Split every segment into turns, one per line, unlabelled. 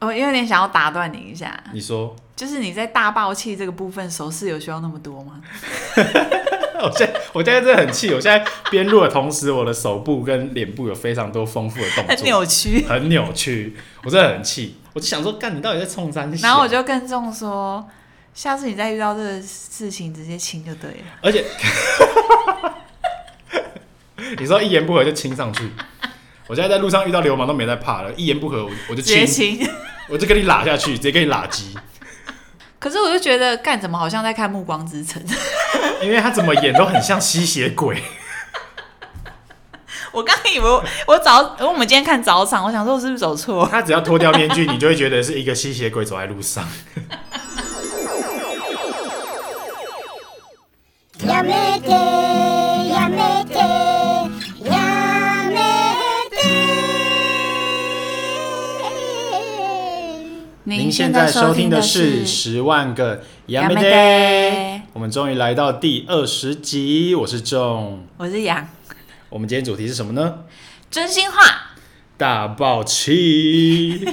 我哦有点想要打断你一下，
你说，
就是你在大爆气这个部分，手势有需要那么多吗？
我现在我现在真的很气，我现在边录的同时，我的手部跟脸部有非常多丰富的动
很
作，
扭曲。
很扭曲，我真的很气，我就想说，干你到底在冲三小？
然后我就更重说，下次你再遇到这个事情，直接亲就对了。
而且你说一言不合就亲上去，我现在在路上遇到流氓都没在怕了，一言不合我我就
直接
亲，
亲。
我就跟你拉下去，直接跟你拉鸡，
可是我就觉得，干怎么好像在看《暮光之城》？
因为他怎么演都很像吸血鬼。
我刚以为我我早，我们今天看早场，我想说我是不是走错？
他只要脱掉面具，你就会觉得是一个吸血鬼走在路上。
やめてやめてやめて
您现在收听的是《十万个亚美
亚美
得
得》，
我们终于来到第二十集，我是仲。
我是杨，
我们今天主题是什么呢？
真心话。
大爆气。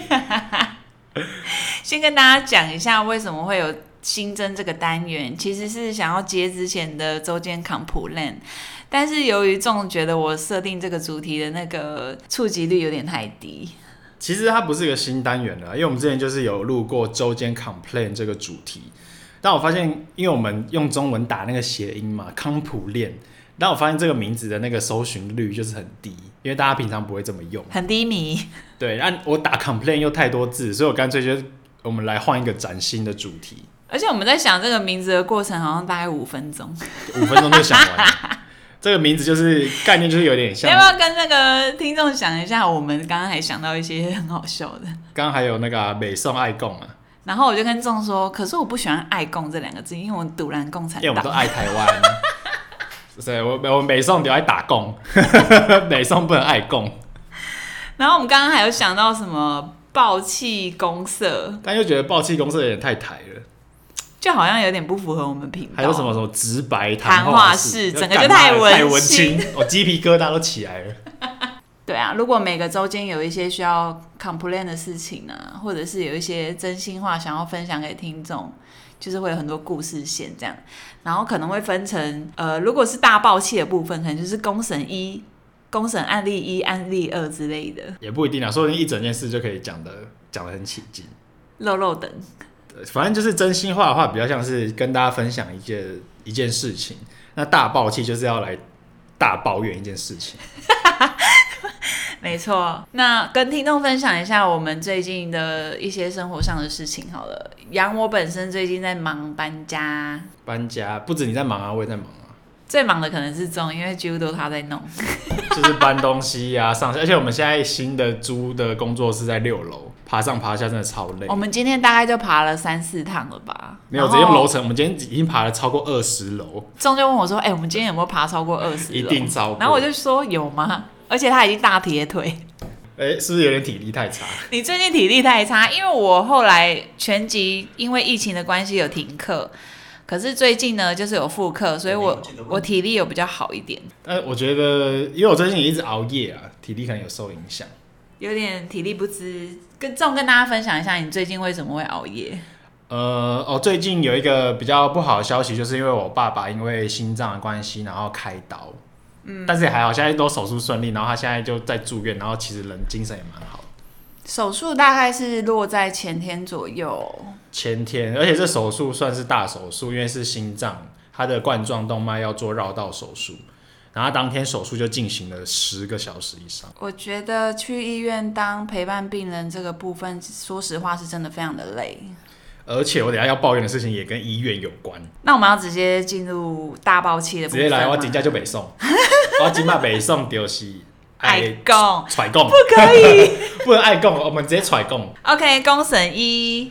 先跟大家讲一下为什么会有新增这个单元，其实是想要接之前的周间康普 land，但是由于众觉得我设定这个主题的那个触及率有点太低，
其实它不是一个新单元了，啊因为我们之前就是有录过周间 complain 这个主题，但我发现，因为我们用中文打那个谐音嘛，康普恋，但我发现这个名字的那个搜寻率就是很低，因为大家平常不会这么用。
很低迷。
对，那我打 complain 又太多字，所以我干脆就我们来换一个崭新的主题，
而且我们在想这个名字的过程，好像大概五分钟。
五分钟就想完了。 这个名字就是概念，就是有点
要
像
不要跟那个听众讲一下？我们刚刚还想到一些很好笑的。
刚刚还有那个啊北宋爱共啊，
然后我就跟众说，可是我不喜欢“爱共”这两个字，因为我们独揽共产
因为我们都
党。
爱台 湾，所以我我美宋留在打工，美宋不能爱共，
然后我们刚刚还有想到什么暴气公社，
但又觉得暴气公社有点太台了，
就好像有点不符合我们频道。
还有什么？什么直白
谈
话
话
室，
室
要
整个就
干嘛
太
了
文
太文
青
青，我鸡皮疙瘩都起来了。
对啊，如果每个周间有一些需要 complain 的事情啊，或者是有一些真心话想要分享给听众，就是会有很多故事线这样，然后可能会分成呃，如果是大爆气的部分，可能就是公审一、公审案例一、案例二之类的，
也不一定啊，说不定一整件事就可以讲的讲的很起劲。
肉肉等。
呃反正就是真心话的话，比较像是跟大家分享一件一件事情。那大爆气就是要来大抱怨一件事情。
没错，那跟听众分享一下我们最近的一些生活上的事情好了。杨，我本身最近在忙搬家，
搬家不止你在忙啊，我也在忙啊，
最忙的可能是钟，因为几乎都他在弄。
就是搬东西呀、上下。而且我们现在新的租的工作室在六楼，爬上爬下真的超累
我。们今天大概就爬了三四趟了吧？
没有直
哦然后
接用楼层，我们今天已经爬了超过二十楼，
钟就问我说：“哎、我们今天有没有爬超过二十？”
一定。超过。
然后我就，说：“有吗？”而且他已经大铁腿。
哎、是不是有点体力太差？
你最近体力太差，因为我后来全集因为疫情的关系有停课，可是最近呢就是有复课，所以我我体力有比较好一点，
但呃我觉得，因为我最近也一直熬夜啊，体力可能有受影响。
有点体力不支。跟这种跟大家分享一下，你最近为什么会熬夜？
呃，哦，最近有一个比较不好的消息，就是因为我爸爸因为心脏的关系，然后开刀，嗯，但是也还好，现在都手术顺利，然后他现在就在住院，然后其实人精神也蛮好的。
手术大概是落在前天左右，
前天，而且这手术算是大手术，因为是心脏，他的冠状动脉要做绕道手术，然后当天手术就进行了十个小时以上。
我觉得去医院当陪伴病人这个部分，说实话是真的非常的累。
而且我等一下要抱怨的事情也跟医院有关，
那我们要直接进入大爆气的部
直
分
接
吗
来，我金价就 北送，我金价北送丢西，
爱共
揣供
不可 以。
不能爱供，我们直接揣供。
OK，公审一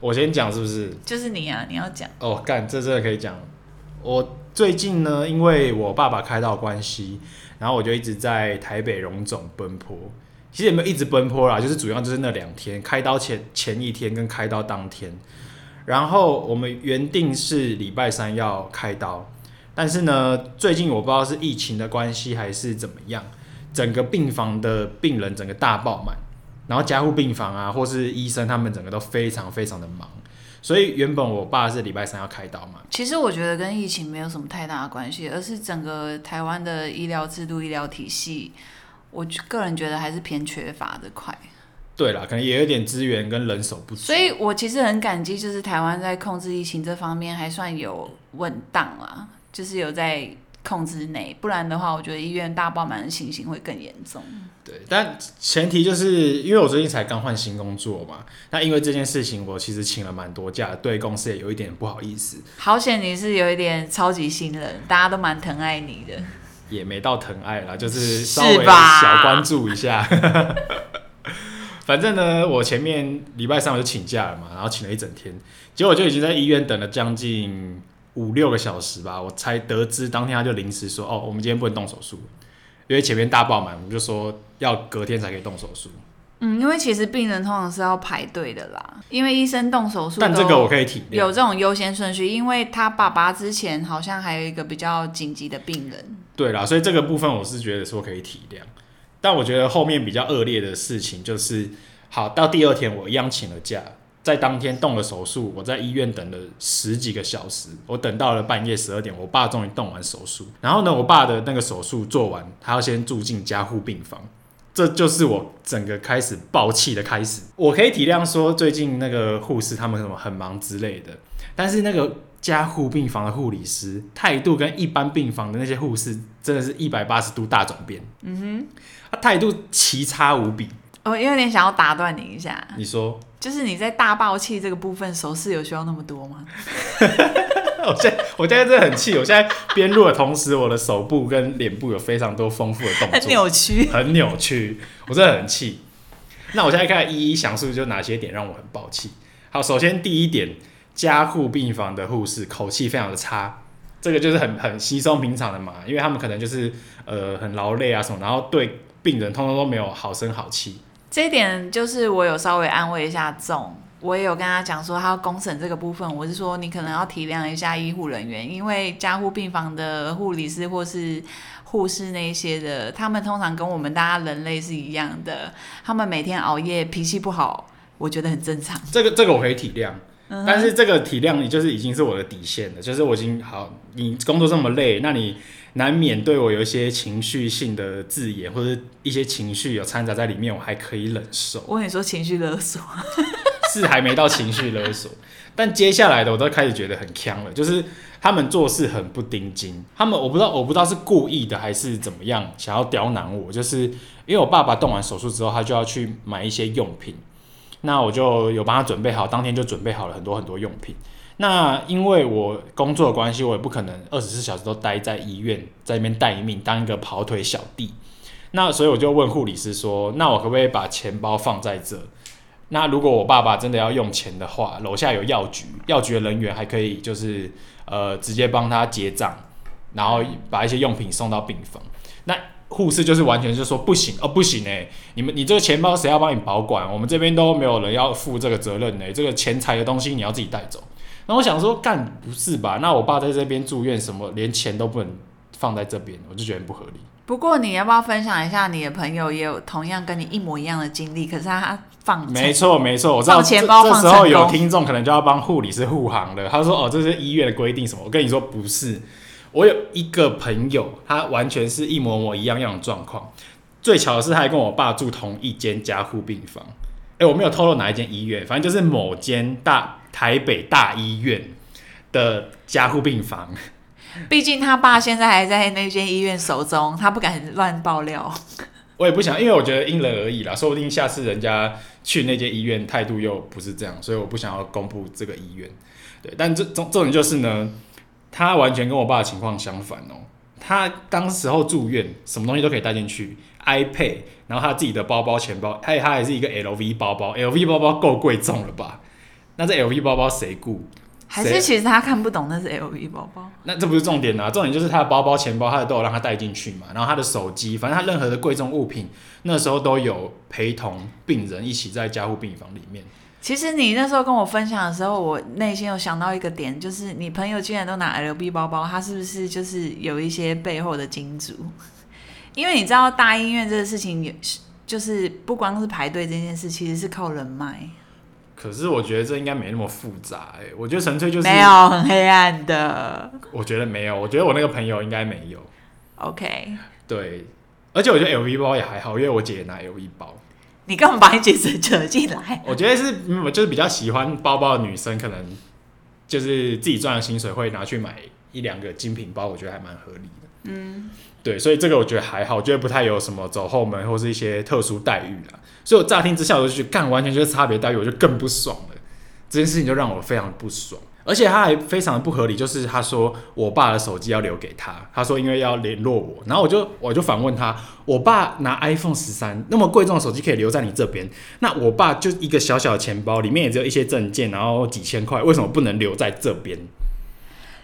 我先讲是不是？
就是你啊，你要讲。
哦，干，这真的可以讲。我最近呢，因为我爸爸开刀的关系，然后我就一直在台北荣总奔波。其实也没有一直奔波啦，就是主要就是那两天，开刀前前一天跟开刀当天。然后我们原定是礼拜三要开刀，但是呢，最近我不知道是疫情的关系还是怎么样，整个病房的病人整个大爆满，然后加护病房啊，或是医生他们整个都非常非常的忙，所以原本我爸是礼拜三要开刀嘛，
其实我觉得跟疫情没有什么太大的关系，而是整个台湾的医疗制度、医疗体系，我个人觉得还是偏缺乏这块。
对啦，可能也有点资源跟人手不足，
所以我其实很感激，就是台湾在控制疫情这方面还算有稳当啦，就是有在控制内，不然的话，我觉得医院大爆满的情形会更严重。
对，但前提就是因为我最近才刚换新工作嘛，那因为这件事情，我其实请了蛮多假，对公司也有一点不好意思，
好险你是有一点超级新人，大家都蛮疼爱你的。
也没到疼爱啦，就是
是
稍微
吧
小关注一下。 反正呢，我前面礼拜三我就请假了嘛，然后请了一整天，结果我就已经在医院等了将近五六个小时吧，我才得知当天他就临时说，哦，我们今天不能动手术，因为前面大爆满，我们就说要隔天才可以动手术。
嗯，因为其实病人通常是要排队的啦，因为医生动手术都，
但这个我可以体
有
谅，
这种优先顺序，因为他爸爸之前好像还有一个比较紧急的病人，
对啦，所以这个部分我是觉得说可以体谅。但我觉得后面比较恶劣的事情就是，好到第二天我一样请了假，在当天动了手术，我在医院等了十几个小时，我等到了半夜十二点，我爸终于动完手术。然后呢，我爸的那个手术做完，他要先住进加护病房。这就是我整个开始爆气的开始。我可以体谅说最近那个护士他们什么很忙之类的，但是那个加护病房的护理师态度跟一般病房的那些护士真的是一百八十度大转变。嗯哼，他态度奇差无比。
我哦有点想要打断你一下，
你说，
就是你在大爆气这个部分，手势有需要那么多吗？
我现在我现在真的很气，我现在边录的同时，我的手部跟脸部有非常多丰富的动作，
很扭曲。
很扭曲，我真的很气。那我现在开始一一详述，就哪些点让我很爆气。好，首先第一点，加护病房的护士口气非常的差，这个就是很很稀松平常的嘛，因为他们可能就是呃很劳累啊什么，然后对病人通通都没有好声好气。
这一点就是我有稍微安慰一下仲，我也有跟他讲说，他要公审这个部分，我是说你可能要体谅一下医护人员，因为加护病房的护理师或是护士那一些的，他们通常跟我们大家人类是一样的，他们每天熬夜，脾气不好，我觉得很正 常。
这个这个我可以体谅，但是这个体谅你就是已经是我的底线了，就是我已经好，你工作这么累，那你难免对我有一些情绪性的字眼或者一些情绪有掺杂在里面，我还可以忍受。
我跟你说，情绪勒索，
是还没到情绪勒索，但接下来的我都开始觉得很呛了，就是他们做事很不盯紧，他们我不知道我不知道是故意的还是怎么样，想要刁难我，就是因为我爸爸动完手术之后，他就要去买一些用品，那我就有帮他准备好，当天就准备好了很多很多用品。那因为我工作的关系，我也不可能二十四小时都待在医院，在那边待命，当一个跑腿小弟。那所以我就问护理师说：“那我可不可以把钱包放在这？”那如果我爸爸真的要用钱的话，楼下有药局，药局的人员还可以就是呃直接帮他结账，然后把一些用品送到病房。那护士就是完全就说不行哦，不行哎、你们你这个钱包谁要帮你保管？我们这边都没有人要负这个责任呢、这个钱财的东西你要自己带走。那我想说，干不是吧？那我爸在这边住院，什么连钱都不能放在这边，我就觉得很不合理。
不过你要不要分享一下你的朋友也有同样跟你一模一样的经历？可是他放
没错，没错，我知道
放钱包
这这
放
时
成
候有
功
听众可能就要帮护理师护航了。他说：“哦，这是医院的规定什么？”我跟你说不是，我有一个朋友，他完全是一模模一样样的状况。最巧的是，他还跟我爸住同一间加护病房。哎、我没有透露哪一间医院，反正就是某间大台北大医院的加护病房。
毕竟他爸现在还在那间医院手中，他不敢乱爆料。
我也不想，因为我觉得因人而异啦，说不定下次人家去那间医院态度又不是这样，所以我不想要公布这个医院。对，但这重重点就是呢，他完全跟我爸的情况相反哦、他当时候住院，什么东西都可以带进去，iPad，然后他自己的包包、钱包，还他还是一个 LV 包包，LV 包包够贵重了吧？那这 LV 包包谁顾？
还
谁
是其实他看不懂那是 LV 包包，
那这不是重点啊，重点就是他的包包、钱包，他的都有让他带进去嘛。然后他的手机，反正他任何的贵重物品，那时候都有陪同病人一起在加护病房里面。
其实你那时候跟我分享的时候，我内心有想到一个点，就是你朋友竟然都拿 LV 包包，他是不是 就是有一些背后的金主？因为你知道大医院这个事情有，就是不光是排队这件事，其实是靠人脉，
可是我觉得这应该没那么复杂、欸，我觉得纯粹就是
没，有很黑暗的。
我觉得没有，我觉得我那个朋友应该没有，
OK，
对，而且我觉得 LV 包也还好，因为我姐也拿 LV 包，
你干嘛把你姐姐扯进来？
我觉得是没有就是比较喜欢包包的女生，可能就是自己赚的薪水会拿去买一两个精品包，我觉得还蛮合理的。嗯，对，所以这个我觉得还好，我觉得不太有什么走后门或是一些特殊待遇啦。所以我乍听之下我就觉得干，完全就是差别待遇，我就更不爽了。这件事情就让我非常不爽，而且他还非常的不合理，就是他说我爸的手机要留给他，他说因为要联络我，然后我就我就反问他，我爸拿 iPhone 十三那么贵重的手机可以留在你这边，那我爸就一个小小的钱包，里面也只有一些证件，然后几千块，为什么不能留在这边？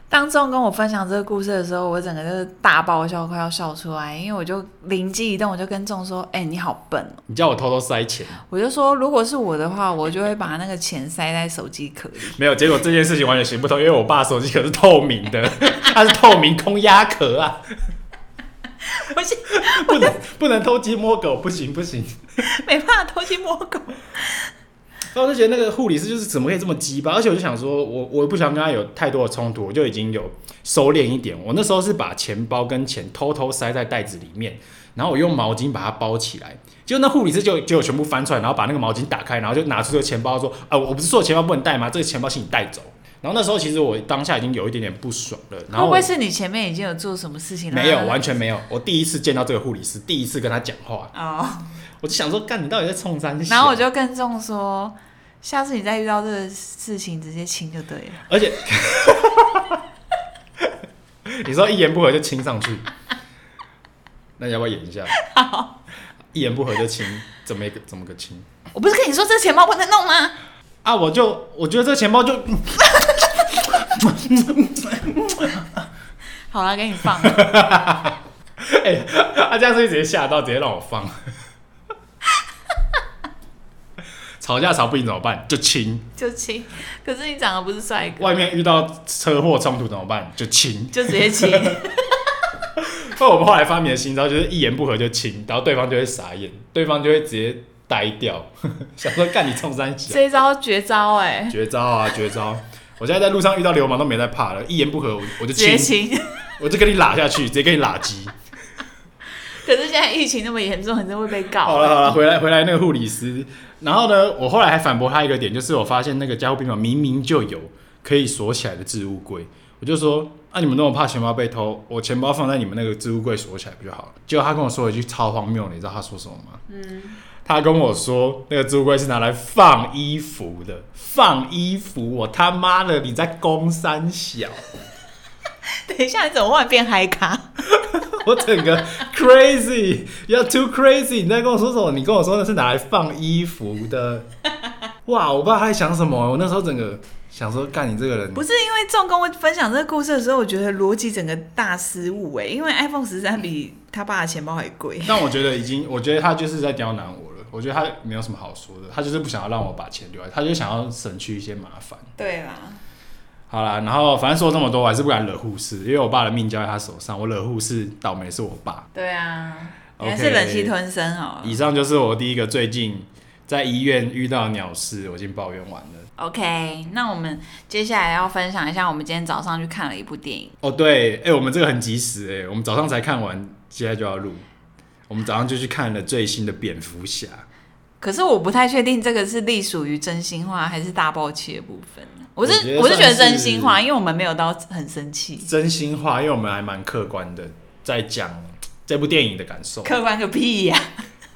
当众跟我分享这个故事的时候，我整个就是大爆笑，快要笑出来，因为我就灵机一动，我就跟众说：“哎、你好笨哦、
你叫我偷偷塞钱，
我就说，如果是我的话，我就会把那个钱塞在手机壳里。
没有，结果这件事情完全行不通，因为我爸手机可是透明的， 它是透明空压壳啊，
我现
不能不能偷鸡摸狗，不行不行。
没办法偷鸡摸 狗。
然后我就觉得那个护理师就是怎么可以这么鸡巴，而且我就想说，我我也不想跟他有太多的冲突，我就已经有收敛一点。我那时候是把钱包跟钱偷偷塞在袋子里面，然后我用毛巾把它包起来。结果那护理师就就全部翻出来，然后把那个毛巾打开，然后就拿出这个钱包说：“啊，我不是说钱包不能带吗？这个钱包请你带走。”然后那时候其实我当下已经有一点点不爽了，然
会
后
不
我
会是你前面已经有做什么事情？
没有完
全
全没有，我第一次见到这个护理师，第一次跟他讲话，
哦。
我就想说，干你到底在冲三小？
然后我就跟众说，下次你再遇到这个事情，直接亲就对了。
而且， 你说一言不合就亲上去，那你要不要演一下？一言不合就亲，怎么一个怎么个亲
我不是跟你说这钱包不能弄吗？
啊？我就我觉得这钱包就，
好了，给你放了。
哎、啊，这样是直接吓到，直接让我放。吵架吵不赢怎么办？就亲。
就亲。可是你长得不是帅哥，
外面遇到车祸冲突怎么办？就亲。
就直接 亲。
所以我们后来发明的新招就是一言不合就亲，然后对方就会傻眼，对方就会直接呆掉， 想说干你冲三小。
这一招绝招哎、
绝招啊，绝招！我现在在路上遇到流氓都没在怕了，一言不合我我就
直接
亲，
亲。
我就跟你拉下去，直接跟你拉鸡。
可是现在疫情那么严重，你真会被告。
好了好了，回来回来那个护理师，然后呢，我后来还反驳他一个点，就是我发现那个加护病房明明就有可以锁起来的置物柜，我就说啊，你们那么怕钱包被偷，我钱包放在你们那个置物柜锁起来不就好了？结果他跟我说了一句超荒谬的，你知道他说什么吗？嗯，他跟我说那个置物柜是拿来放衣服的，放衣服，我他妈的你在攻三小。
等一下，你怎么忽然变嗨咖？
我整个 crazy，要 too crazy。你在跟我说什么？你跟我说那是拿来放衣服 的。哇，我不知道他在想什么。我那时候整个想说，干你这个人
不，是因为仲跟我分享这个故事的时候，我觉得逻辑整个大失误哎、因为 iPhone 十三比他爸的钱包还贵。
但我觉得已经，我觉得他就是在刁难我了。我觉得他没有什么好说的，他就是不想要让我把钱留在，他就想要省去一些麻烦。
对啦，
好啦，然后反正说这么多，我还是不敢惹护士，因为我爸的命交在他手上，我惹护士倒霉是我爸。
对啊，你
OK
还是忍气吞声哦好了
以。上就是我第一个最近在医院遇到的鸟事，我已经抱怨完了。
OK，那我们接下来要分享一下，我们今天早上去看了一部电影。
哦，对，哎、我们这个很及时、哎，我们早上才看完，现在就要录。我们早上就去看了最新的蝙蝠侠，
可是我不太确定这个是隶属于真心话还是大爆气的部分。我
我觉
是
得
我是觉得
算是
真心话，因为我们没有到很生气，
真心话，因为我们还蛮客观的，在讲这部电影的感受，
客观个屁呀、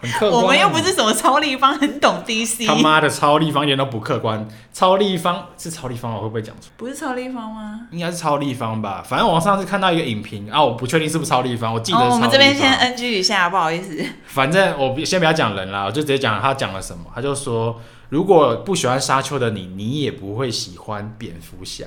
很客观。啊
我们又不是什么超立方，很懂 DC。
他妈的超立方，一点都不客观。超立方是超立方吗，我会不会讲错？
不是超立方吗？
应该是超立方吧，反正我上次看到一个影评啊，我不确定是不是超立方，我记得是超
哦，
立方。
我们这边先 NG 一下，不好意思。
反正我不先不要讲人啦，我就直接讲他讲了什么。他就说，如果不喜欢沙丘的你，你也不会喜欢蝙蝠侠。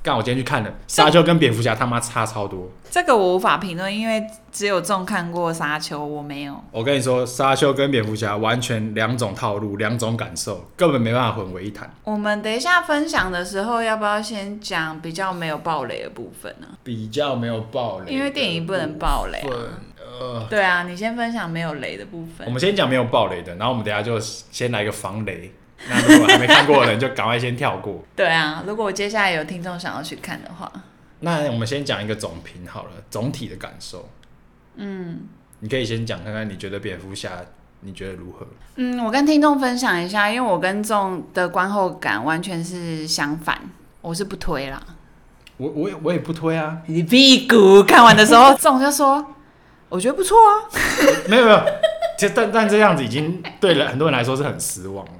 干，我今天去看了，沙丘跟蝙蝠侠他妈差超多。
这个我无法评论，因为只有众看过《沙丘》，我没有。
我跟你说，沙丘跟蝙蝠侠完全两种套路，两种感受，根本没办法混为一谈。
我们等一下分享的时候，要不要先讲比较没有暴雷的部分呢、
比较没有爆雷，
因为电影不能爆雷啊
对，呃，呃，
对啊，你先分享没有雷的部分
我。们先讲没有暴雷的，然后我们等一下就先来一个防雷。那如果还没看过的人，就赶快先跳过。
对啊，如果我接下来有听众想要去看的话，
那我们先讲一个总评好了，总体的感受。嗯，你可以先讲看看，你觉得蝙蝠侠你觉得如何？
嗯，我跟听众分享一下，因为我跟众的观后感完全是相反，我是不推啦。
我我也我也不推啊，
你屁股看完的时 候，众就说我觉得不错啊，
没有没有，其实但但这样子已经对了很多人来说是很失望了，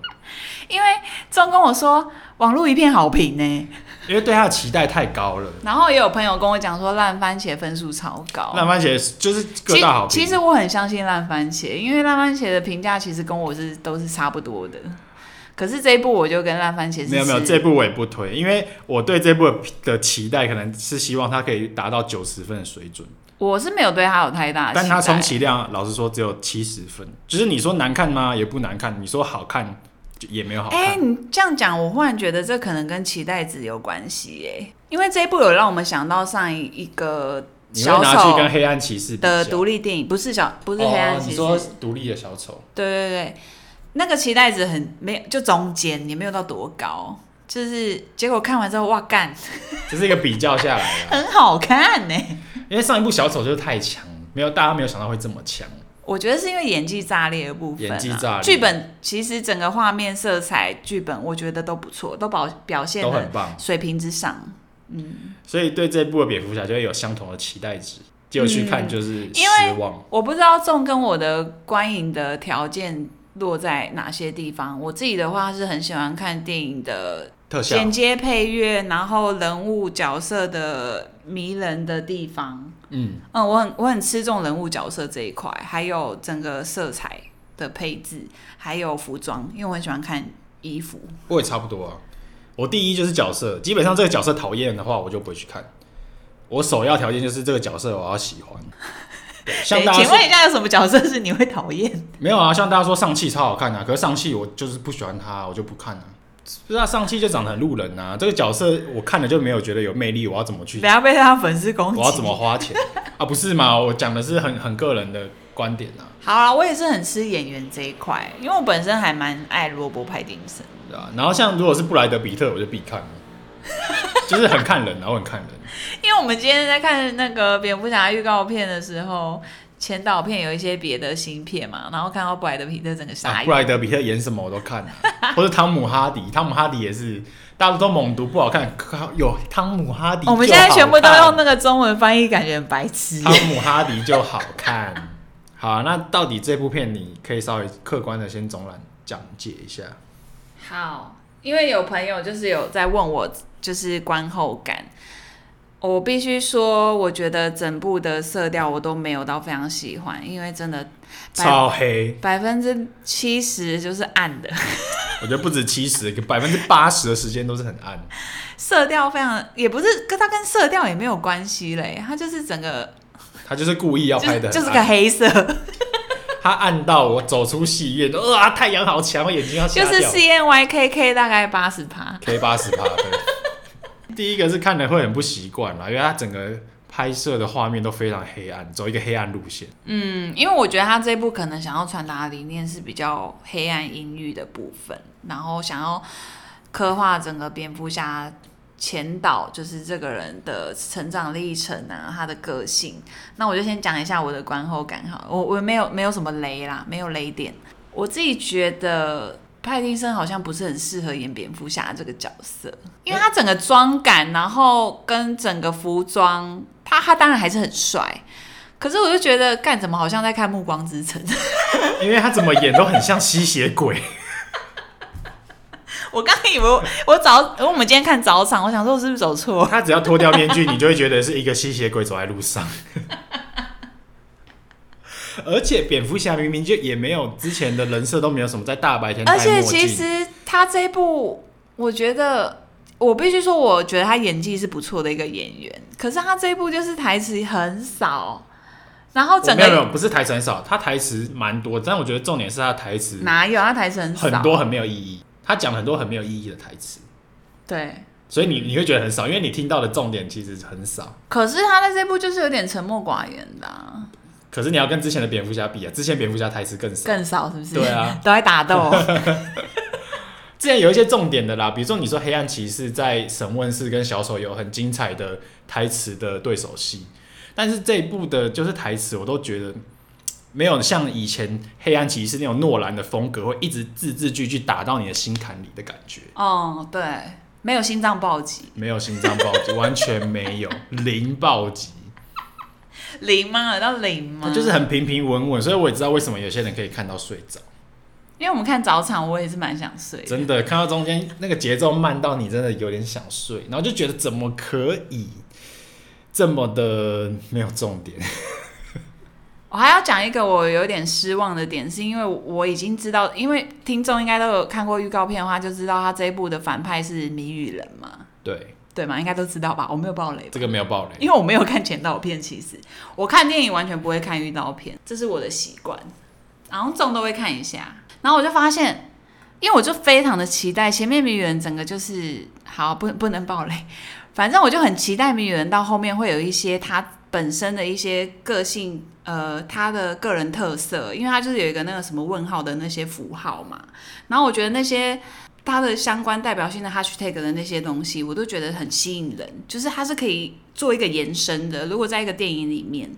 因为众跟我说网络一片好评呢、
因为对他的期待太高了。
然后也有朋友跟我讲说烂番茄分数超高，
烂番茄就是各
其
大好评，
其实我很相信烂番茄，因为烂番茄的评价其实跟我是都是差不多的。可是这一部我就跟烂番茄是
没有没有，
持
这部我也不推，因为我对这部的期待可能是希望它可以达到九十分的水准，
我是没有对他有太啊大的期
但
待，
它充其量老实说只有七十分，就是你说难看吗？也不难看，你说好看就也没有好看。
哎、你这样讲，我忽然觉得这可能跟期待值有关系耶、因为这一部有让我们想到上一一个
你会
小
拿去跟
丑
黑暗骑士比较
的独立电影，不是小不是黑
哦
暗，骑
你
士，
说独立的小丑，
对对对，那个期待值很没有，就中间也没有到多高，就是结果看完之后哇干，
这是一个比较下来的，
很好看呢、
因为上一部小丑就是太强，没有大家没有想到会这么强。
我觉得是因为演技炸裂的部分、啊，
演技炸裂
剧本其实整个画面、色彩、剧本，我觉得都不错，都表表现
都
的
很棒
水平之上。
所以对这部的蝙蝠侠就会有相同的期待值，结果去看就是
因为
失望。
我不知道众跟我的观影的条件落在哪些地方。我自己的话是很喜欢看电影的
特效
衔接配乐，然后人物角色的迷人的地方。
嗯，
嗯，我很我很吃重人物角色这一块，还有整个色彩的配置，还有服装，因为我很喜欢看衣服。
我也差不多啊。我第一就是角色，基本上这个角色讨厌的话，我就不会去看。我首要条件就是这个角色我要喜欢。对像
对
大家
请
说
问一下，有什么角色是你会讨厌？
没有啊？像大家说上汽超好看啊，可是上汽我就是不喜欢他，我就不看啊。不知道上汽就长得很路人啊，这个角色我看了就没有觉得有魅力，我要怎么去
不？要被他粉丝攻击。
我要怎么花钱啊？不是嘛？我讲的是很很个人的观点啊，
好啦，我也是很吃演员这一块，因为我本身还蛮爱罗伯·派丁森。
对吧、然后像如果是布莱德比特，我就必看了，就是很看人啊，然后很看人。
因为我们今天在看那个蝙蝠侠预告片的时候，前导片有一些别的新片嘛，然后看到布莱德皮特整个
啊
傻，眼。
布莱德比特演什么我都看、啊，或者汤姆哈迪，汤姆哈迪也是，大家都猛读不好看，靠有汤姆哈迪就
我
好看，
们现在全部都用那个中文翻译，感觉很白痴。
汤姆哈迪就好看。 好、啊，那到底这部片你可以稍微客观的先总览讲解一下。
好，因为有朋友就是有在问我，就是观后感。我必须说，我觉得整部的色调我都没有到非常喜欢，因为真的百
超黑，
百分之七十就是暗的，
我觉得不止七十，百分之八十的时间都是很暗。
色调非常也不是跟它跟色调也没有关系嘞，它就是整个
他就是故意要
就
拍
是
的、
就是个黑色，
他暗到我走出戏院，都啊，太阳好强，我眼睛要瞎
就
掉。
是 C N Y K K 大概八十趴。
K 八十趴。对 第一个是看了会很不习惯啦，因为它整个拍摄的画面都非常黑暗，走一个黑暗路线。
嗯，因为我觉得他这部可能想要传达的理念是比较黑暗阴郁的部分，然后想要刻画整个蝙蝠侠前导，就是这个人的成长历程啊，他的个性。那我就先讲一下我的观后感哈，我我没有没有什么雷啦，没有雷点。我自己觉得派丁森好像不是很适合演蝙蝠侠这个角色，因为他整个妆感，然后跟整个服装，他他当然还是很帅。可是我就觉得，干怎么好像在看《暮光之城》？
因为他怎么演都很像吸血鬼，
我刚以为我我早，因为我们今天看早场，我想说我是不是走错？
他只要脱掉面具，你就会觉得是一个吸血鬼走在路上。而且蝙蝠侠明明就也没有之前的人设都没有什么，在大白天戴
而
墨镜，
且其实他这一部，我觉得我必须说，我觉得他演技是不错的一个演员。可是他这一部就是台词很少，然后整
没有没有
个
不是台词很少，他台词蛮多，但我觉得重点是他的台词
哪有他台词很少？
很多很没有意义，他讲很多很没有意义的台词。
对。
所以你你会觉得很少，因为你听到的重点其实很少。
可是他在这部就是有点沉默寡言的啊、
可是你要跟之前的蝙蝠侠比啊，之前蝙蝠侠台词更少。
更少是不是？
对啊，
都在打斗。
之前有一些重点的啦，比如说你说黑暗骑士在审问室跟小丑有很精彩的台词的对手戏，但是这一部的就是台词我都觉得没有像以前黑暗骑士那种诺兰的风格，会一直字字句句打到你的心坎里的感觉。
哦，对，没有心脏暴击，
没有心脏暴击，完全没有零暴击，
零吗？有到零吗
它？就是很平平稳稳，所以我也知道为什么有些人可以看到睡着。
因为我们看早场，我也是蛮想睡的。
真的看到中间那个节奏慢到你真的有点想睡，然后就觉得怎么可以这么的没有重点？
我还要讲一个我有点失望的点，是因为我已经知道，因为听众应该都有看过预告片的话，就知道他这一部的反派是谜语人嘛，
对，
对吗？应该都知道吧？我没有爆雷吧，
这个没有暴雷。
因为我没有看前导片，其实我看电影完全不会看预告片，这是我的习惯，然后中都会看一下，然后我就发现，因为我就非常的期待前面谜语人整个就是好不不能爆雷， 反正我就很期待谜语人到后面会有一些他本身的一些个性，呃，他的个人特色，因为他就是有一个那个什么问号的那些符号嘛，然后我觉得那些。它的相关代表性的 hashtag 的那些东西，我都觉得很吸引人，就是它是可以做一个延伸的。如果在一个电影里面，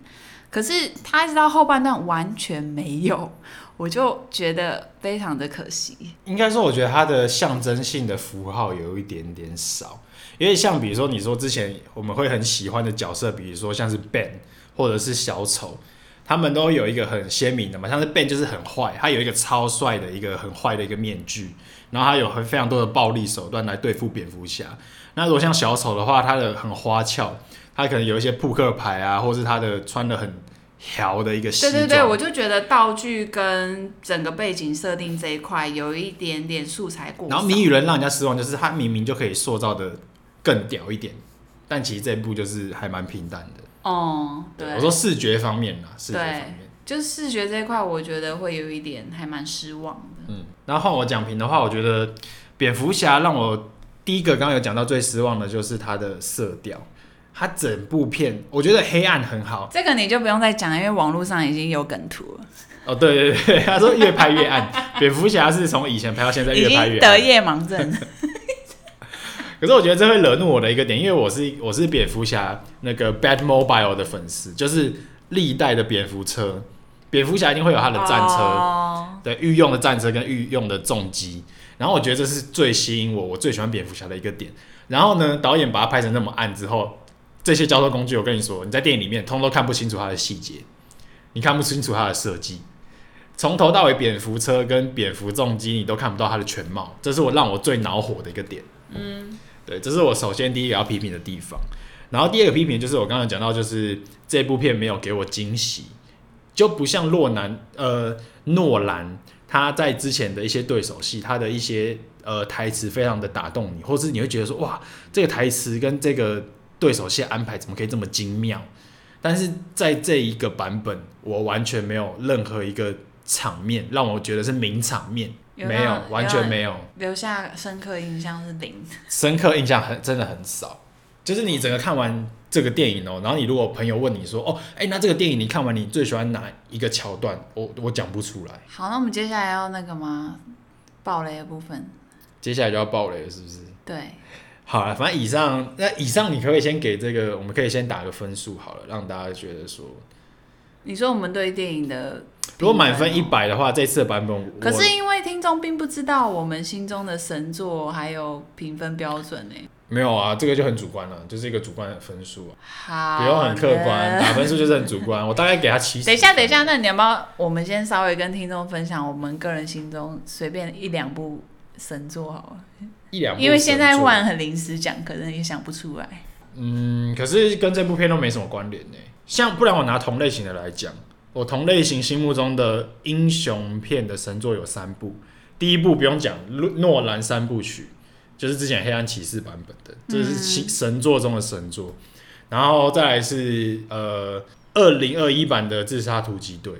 可是它一直到后半段完全没有， 我就觉得非常的可惜。
应该说，我觉得它的象征性的符号有一点点少，因为像比如说你说之前我们会很喜欢的角色，比如说像是 Ben 或者是小丑，他们都有一个很鲜明的嘛，像是 Ben 就是很坏，他有一个超帅的一个很坏的一个面具，然后他有很非常多的暴力手段来对付蝙蝠侠。那如果像小丑的话，他的很花俏，他可能有一些扑克牌啊，或是他的穿的很 条的一个西
对
装。
对对，我就觉得道具跟整个背景设定这一块有一点点素材过少。
然后谜语人让人家失望，就是他明明就可以塑造的更屌一点，但其实这一部就是还蛮平淡的。
哦、对，
我说视觉方面啦，视觉方面。
就是视觉这一块，我觉得会有一点还蛮失望的。
嗯，然后换我讲评的话，我觉得蝙蝠侠让我第一个刚刚有讲到最失望的就是它的色调，它整部片我觉得黑暗很好
这个你就不用再讲了，因为网络上已经有梗图了，
哦，对对对，他说越拍越暗，蝙蝠侠是从以前拍到现在
已
越拍
经
越
得
暗。
夜盲症。
可是我觉得这会惹怒我的一个点，因为我是我是蝙蝠侠那个 Bat Mobile 的粉丝，就是历代的蝙蝠车，蝙蝠侠一定会有他的战车，
哦
对御用的战车跟御用的重机。然后我觉得这是最吸引我，我最喜欢蝙蝠侠的一个点。然后呢，导演把它拍成那么暗之后，这些交通工具，我跟你说，你在电影里面通都看不清楚它的细节，你看不清楚它的设计，从头到尾蝙蝠车跟蝙蝠重机你都看不到它的全貌，这是我让我最恼火的一个点。嗯，对，这是我首先第一个要批评的地方。然后第二个批评就是我刚刚讲到，就是这部片没有给我惊喜，就不像洛南呃诺兰他在之前的一些对手戏，他的一些呃台词非常的打动你，或是你会觉得说哇，这个台词跟这个对手戏的安排怎么可以这么精妙？但是在这一个版本，我完全没有任何一个场面让我觉得是名场面，
有
没有
让，
完全没有。
留下深刻印象是零。
深刻印象很真的很少。就是你整个看完这个电影哦，然后你如果朋友问你说哦，哎、那这个电影你看完你最喜欢哪一个桥段？我我讲不出来，
好，那我们接下来要那个吗？暴雷的部分，
接下来就要爆雷了，是不是？
对，
好了，反正以上那以上你可不可以先给这个，我们可以先打个分数好了，让大家觉得说，
你说我们对电影的，哦
如果满分一，百的话，这次的版本我
可是因为听众并不知道我们心中的神作还有评分标准呢、
没有啊，这个就很主观了，就是一个主观的分数啊，
好，
不用很客观，啊打。分数就是很主观。我大概给他七十。
等一下，等一下，，那你要不要我们先稍微跟听众分享我们个人心中随便一两部神作好了？
一两部
因为现在
神
忽
作
然很临时讲，可能也想不出来。
嗯，可是跟这部片都没什么关联呢。像不然我拿同类型的来讲，我同类型心目中的英雄片的神作有三部，第一部不用讲，诺诺兰三部曲，就是之前黑暗骑士版本的，这是新神作中的神作。然后再来是呃二零二一版的自杀突击队，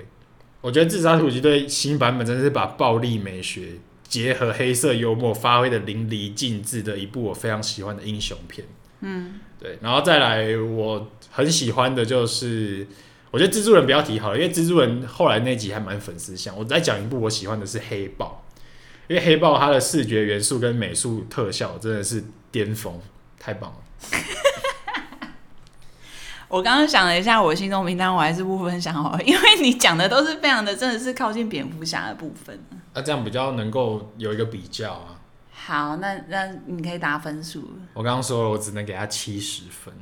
我觉得自杀突击队新版本真的是把暴力美学结合黑色幽默发挥的淋漓尽致的一部我非常喜欢的英雄片。对，然后再来我很喜欢的就是我觉得蜘蛛人不要提好了，因为蜘蛛人后来那集还蛮粉丝向。我再讲一部我喜欢的是黑豹，因为黑豹它的视觉元素跟美术特效真的是巅峰，太棒了。
我刚刚想了一下，我心中名单我还是不分享好了，因为你讲的都是非常的，真的是靠近蝙蝠侠的部分。
那、这样比较能够有一个比较啊。
好，那那你可以打分数了，
我刚刚说了，我只能给他七十分。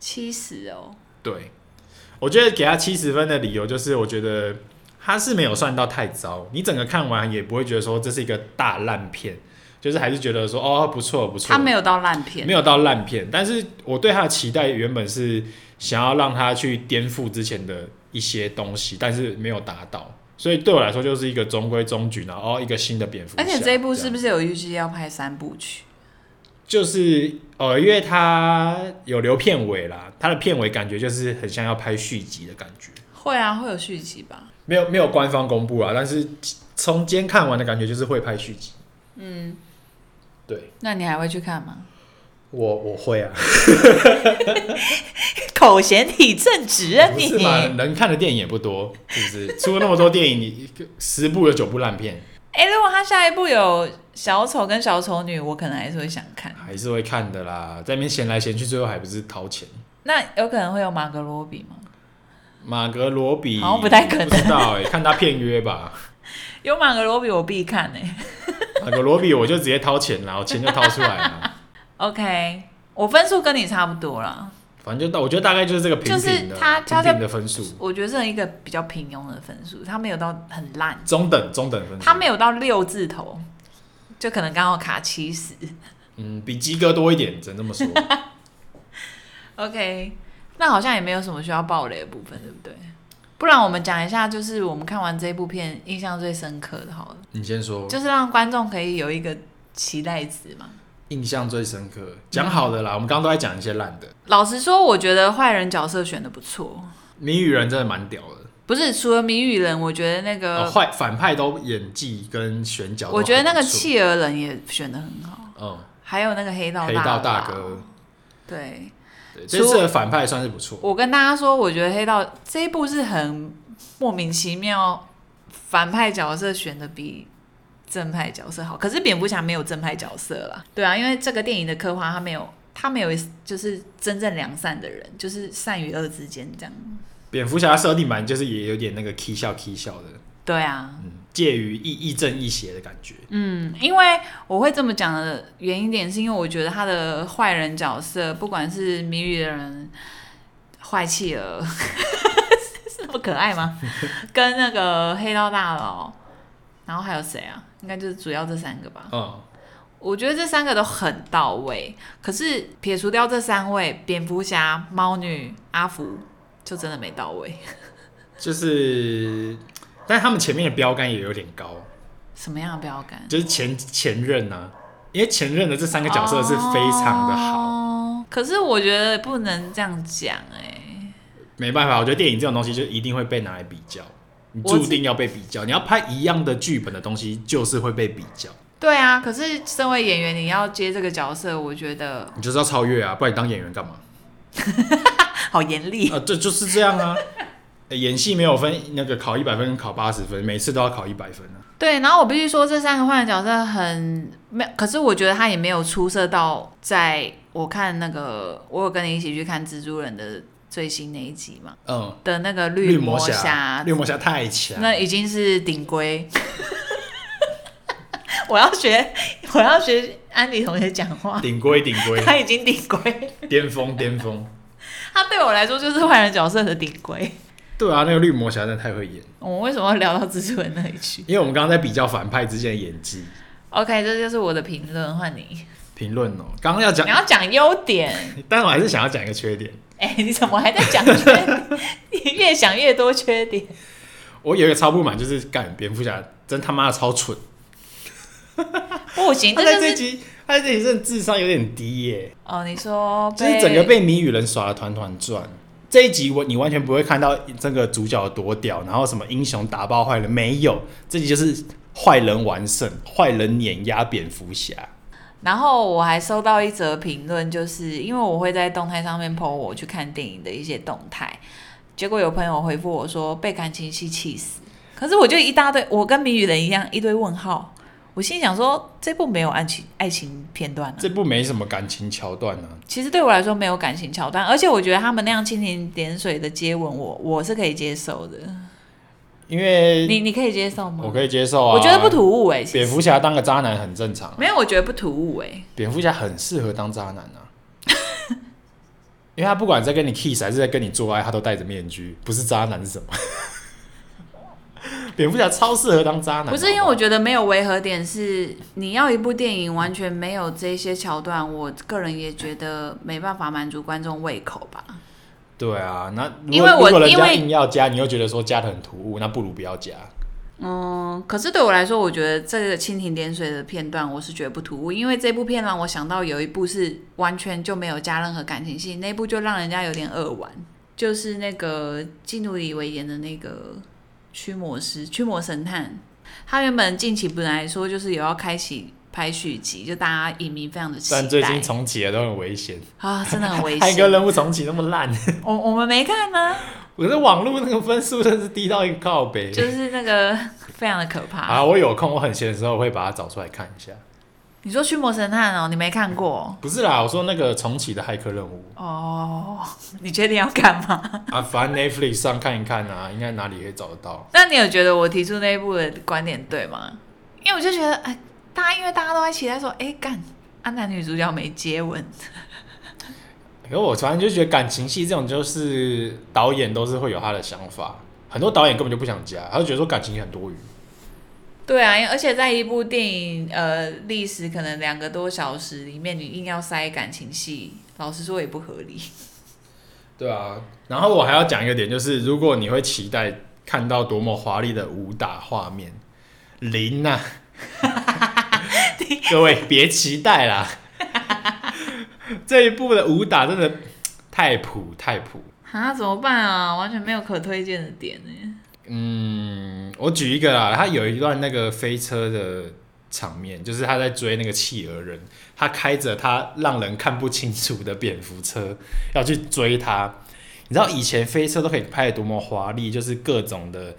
七十哦。
对，我觉得给他七十分的理由就是，我觉得他是没有算到太糟，你整个看完也不会觉得说这是一个大烂片，就是还是觉得说哦不错不错。
他没有到烂片，
没有到烂片，但是我对他的期待原本是想要让他去颠覆之前的一些东西，但是没有达到，所以对我来说就是一个中规中矩，然后一个新的蝙蝠侠。
而且这一部是不
是
是有预计要拍三部曲？
就是呃，因为他有留片尾啦，他的片尾感觉就是很像要拍续集的感觉，
会啊，会有续集吧？
没有没有官方公布啊，但是从今天看完的感觉就是会拍续集。
嗯，
对
那你还会去看吗？
我我会啊，
口嫌体正直啊
不
你！
是嘛？能看的电影也不多，是不是？ 出了那么多电影，你十部有九部烂片。
哎、如果他下一部有小丑跟小丑女，我可能还是会想看。
还是会看的啦，在那边闲来闲去，最后还不是掏钱。
那有可能会有马格罗比吗？
马格罗比
好像不太可能
不知道哎、看他片约吧。
有马格罗比我必看哎、
马格罗比我就直接掏钱啦，我钱就掏出来 了。
OK，我分数跟你差不多啦，
反正就到，我觉得大概就是这个平平
就
的，
是他
平
他
平的分数，
我觉得这是一个比较平庸的分数，他没有到很烂，
中等中等分数。
他没有到六字头，就可能刚好卡七十。
嗯，比鸡哥多一点，只能这么说。
OK，那好像也没有什么需要暴雷的部分，对不对？不然我们讲一下，就是我们看完这部片印象最深刻的，好了，
你先说，
就是让观众可以有一个期待值嘛。
印象最深刻，讲好的啦。我们刚刚都在讲一些烂的，《
老实说，我觉得坏人角色选的不错，
谜语人》真的蛮屌的，
不是除了谜语人，我觉得那个，
哦坏、反派都演技跟选角，
呃我觉得那个，企鹅人也选的很好，
嗯，
还有那个黑道
黑
佬
道大哥，
对，
对这次的反派算是不错。
我跟大家说，我觉得黑道这一部是很莫名其妙，反派角色选的比正派角色好。可是蝙蝠侠没有正派角色啦，对啊，因为这个电影的刻画他没有，他没有就是真正良善的人，就是善与恶之间这样。
蝙蝠侠的设定版就是也有点那个 k 笑 k 笑的，
对啊，
嗯，介于亦亦正亦邪的感觉。
嗯，因为我会这么讲的原因点，是因为我觉得他的坏人角色，不管是谜语人、坏企鹅， 是那么可爱吗？跟那个黑道大佬，然后还有谁啊？应该就是主要这三个吧。
嗯，
我觉得这三个都很到位，可是撇除掉这三位，蝙蝠侠、猫女、阿福就真的没到位。
就是，但他们前面的标杆也有点高，
什么样的标杆？
就是前前任啊，因为前任的这三个角色是非常的好，
哦。可是我觉得不能这样讲哎、
没办法，我觉得电影这种东西就一定会被拿来比较，你
我
注定要被比较，你要拍一样的剧本的东西，就是会被比较，
对啊，可是身为演员，你要接这个角色，我觉得
你就是要超越啊，不然你当演员干嘛？
好严厉。
啊，这就是这样啊。欸 演戏没有分那个考一百分跟考八十分，每次都要考一百分啊。
对，然后我必须说，这三个坏人角色很没有，可是我觉得他也没有出色到，在我看那个，我有跟你一起去看蜘蛛人的最新那一集嘛
嗯，
的那个
绿
魔
魔侠，绿魔侠太强，
那已经是顶规。 我要学，我要学安迪同学讲话，
顶规顶 规，
他已经顶规，
巅峰巅峰。
他对我来说就是坏人角色的顶规。
对啊，那个绿魔侠真的太会演，
我们为什么要聊到蜘蛛人那里去？
因为我们刚刚在比较反派之间的演技
OK，这就是我的评论，换你。
评论哦。刚刚要讲
你，要讲优点，
但我还是想要讲一个缺点。
哎、你怎么还在讲缺 点？你越想越多缺点。
我有一个超不满，就是干蝙蝠侠真他妈的超蠢，
不行，
他
这
在
就
这
是
集他在这集真的智商有点低耶、
哦，你说
就是整个被谜语人耍的团团转。这一集我你完全不会看到这个主角有多屌，然后什么英雄打爆坏人没有，这集就是坏人完胜，坏人碾压蝙蝠侠。
然后我还收到一则评论，就是因为我会在动态上面 po 我去看电影的一些动态，结果有朋友回复我说被感情戏气死，可是我就一大堆，我跟谜语人一样一堆问号。我心想说，这部没有爱情爱情片段、啊，
这部没什么感情桥段啊呢、
其实对我来说没有感情桥段，而且我觉得他们那样蜻蜓点水的接吻我，我是可以接受的。
因为
你你可以接受吗？
嗯我可以接受啊。
我觉得不突兀哎、其实
蝙蝠侠当个渣男很正常啊、
没有，我觉得不突兀哎、
蝙蝠侠很适合当渣男啊， 因为他不管在跟你 kiss 还是在跟你做爱，他都戴着面具，不是渣男是什么？ 蝙蝠侠超适合当渣男，
不是因为
好
我
好
觉得没有违和点是，你要一部电影完全没有这些桥段，我个人也觉得没办法满足观众胃口吧。
对啊，那如果
因为我
如果人
因
家
为
硬要加，你又觉得说加的很突兀，那不如不要加。
嗯，可是对我来说，我觉得这个蜻蜓点水的片段我是绝不突兀，因为这部片让我想到有一部是完全就没有加任何感情戏，那部就让人家有点扼腕，就是那个基努里维演的那个驱魔师、驱魔神探，他原本近期本来说就是有要开启拍续集，就大家影迷非常的期待，
但最近重启的都很危险，
啊，真的很 危
汉哥
险。
任务重启那么烂，
我我们没看呢、
我的网络那个分数真是低到一个靠北。
就是那个非常的可怕。
啊，我有空我很闲的时候我会把它找出来看一下。
你说《驱魔神探》哦，你没看过
不是啦，我说那个重启的骇客任务
哦？ 你确定要看吗？
啊，反正 Netflix 上看一看啊，应该哪里可以找得到。
那你有觉得我提出那一部的观点对吗？因为我就觉得，哎，大家因为大家都在期待说，哎，干，啊，男女主角没接吻，
可我反正就觉得感情戏这种，就是导演都是会有他的想法，很多导演根本就不想加，他就觉得说感情戏很多余。
对啊，因为而且在一部电影，呃，历时可能两个多小时里面，你硬要塞感情戏，老实说也不合 理。
对啊，然后我还要讲一个点，就是如果你会期待看到多么华丽的武打画面，零 呐、各位别期待啦，这一部的武打真的太普太普。
啊，怎么办啊？完全没有可推荐的点呢、
嗯，我举一个啦，他有一段那个飞车的场面，就是他在追那个企鹅人，他开着他让人看不清楚的蝙蝠车要去追他。你知道以前飞车都可以拍的多么华丽，就是各种的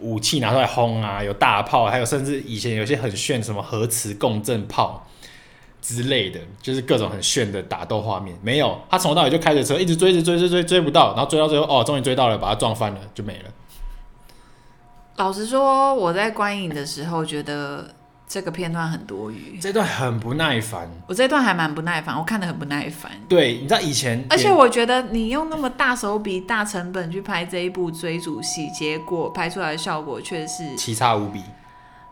武器拿出来轰啊，有大炮，还有甚至以前有些很炫什么核磁共振炮之类的，就是各种很炫的打斗画面。没有，他从头到尾就开着车一直追，一直追，追追追不到，然后追到最后，哦，终于追到了，把他撞翻了，就没了。
老实说，我在观影的时候觉得这个片段很多余，
这段很不耐烦。
我这段还蛮不耐烦，我看得很不耐烦。
对，你知道以前，
而且我觉得你用那么大手笔、大成本去拍这一部追逐戏，结果拍出来的效果却是
奇差无比。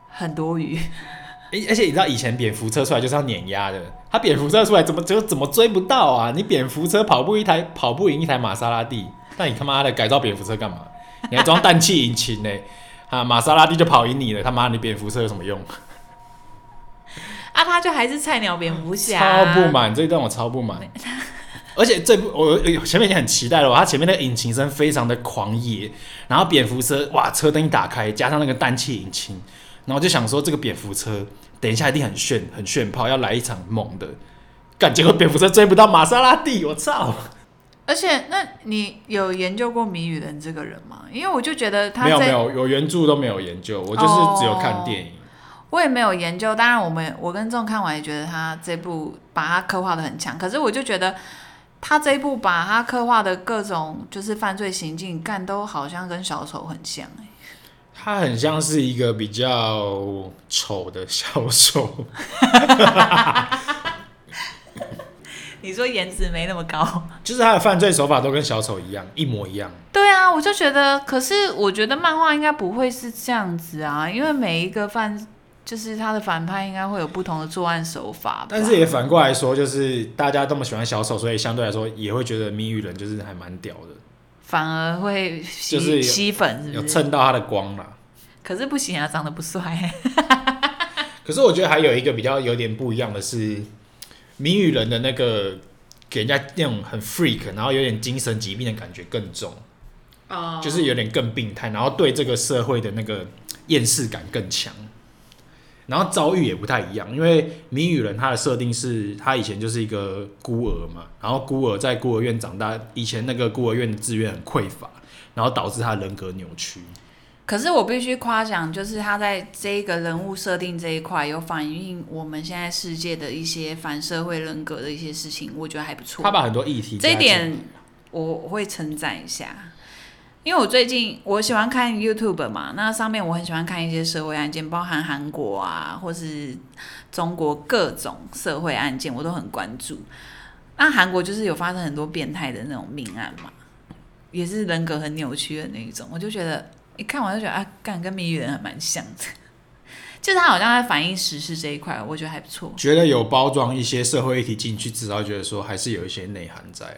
很多余。
而而且你知道以前蝙蝠车出来就是要碾压的，他蝙蝠车出来怎么就怎么追不到啊？你蝙蝠车跑步一台跑不赢一台玛莎拉蒂，那你他妈的改造蝙蝠车干嘛？你还装氮气引擎呢、啊，玛莎拉蒂就跑赢你了，他妈你蝙蝠车有什么用？
啊，他就还是菜鸟蝙蝠侠、
超不。满，这一段我超不 满。而且这部我我前面已经很期待了，它前面那个引擎声非常的狂野，然后蝙蝠车哇车灯一打开，加上那个氮气引擎，然后我就想说这个蝙蝠车等一下一定很炫很炫炮，要来一场猛的。干，结果蝙蝠车追不到玛莎拉蒂，我
哦
操！
而且，那你有研究过谜语人这个人吗？因为我就觉得他
没有
在
没有，有原著都没有研究，我就是只有看电影。
我也没有研究，当然我们我跟仲看完也觉得他这部把他刻画的很强，可是我就觉得他这一部把他刻画的各种就是犯罪行径干都好像跟小丑很像、欸、
它很像是一个比较丑的小丑，
你说颜值没那么高？
就是他的犯罪手法都跟小丑一样，一模一样。
对啊，我就觉得，可是我觉得漫画应该不会是这样子啊，因为每一个犯就是他的反派应该会有不同的作案手法吧。
但是也反过来说，就是大家这么喜欢小丑，所以相对来说也会觉得谜语人就是还蛮屌的，
反而会吸、
就是有
吸粉，是
有
不是？
蹭到他的光啦。
可是不行啊，长得不帅、
可是我觉得还有一个比较有点不一样的是，谜语人的那个给人家那种很 freak，然后有点精神疾病的感觉更重，
哦
就是有点更病态，然后对这个社会的那个厌世感更强。然后遭遇也不太一样，因为谜语人他的设定是他以前就是一个孤儿嘛，然后孤儿在孤儿院长大，以前那个孤儿院的资源很匮乏，然后导致他人格扭曲。
可是我必须夸奖，就是他在这一个人物设定这一块有反映我们现在世界的一些反社会人格的一些事情，我觉得还不错。
他把很多议题
这一
加进
点我我会称赞一下，因为我最近我喜欢看 YouTube 嘛，那上面我很喜欢看一些社会案件，包含韩国啊，或是中国各种社会案件，我都很关注。那韩国就是有发生很多变态的那种命案嘛，也是人格很扭曲的那一种，我就觉得一看完就觉得啊，干跟谜语人还蛮像的， 就是他好像在反映时事这一块，我觉得还不错。
觉得有包装一些社会议题进去，至少觉得说还是有一些内涵在了。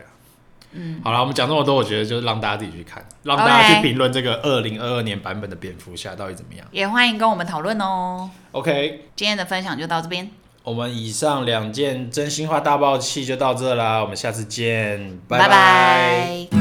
嗯，好了，我们讲这么多，我觉得就是让大家自己去看，让大家
OK
去评论这个二零二二年版本的蝙蝠侠到底怎么样。
也欢迎跟我们讨论哦。
OK，
今天的分享就到这边。
我们以上两件真心话大爆气就到这啦，我们下次见，
拜拜。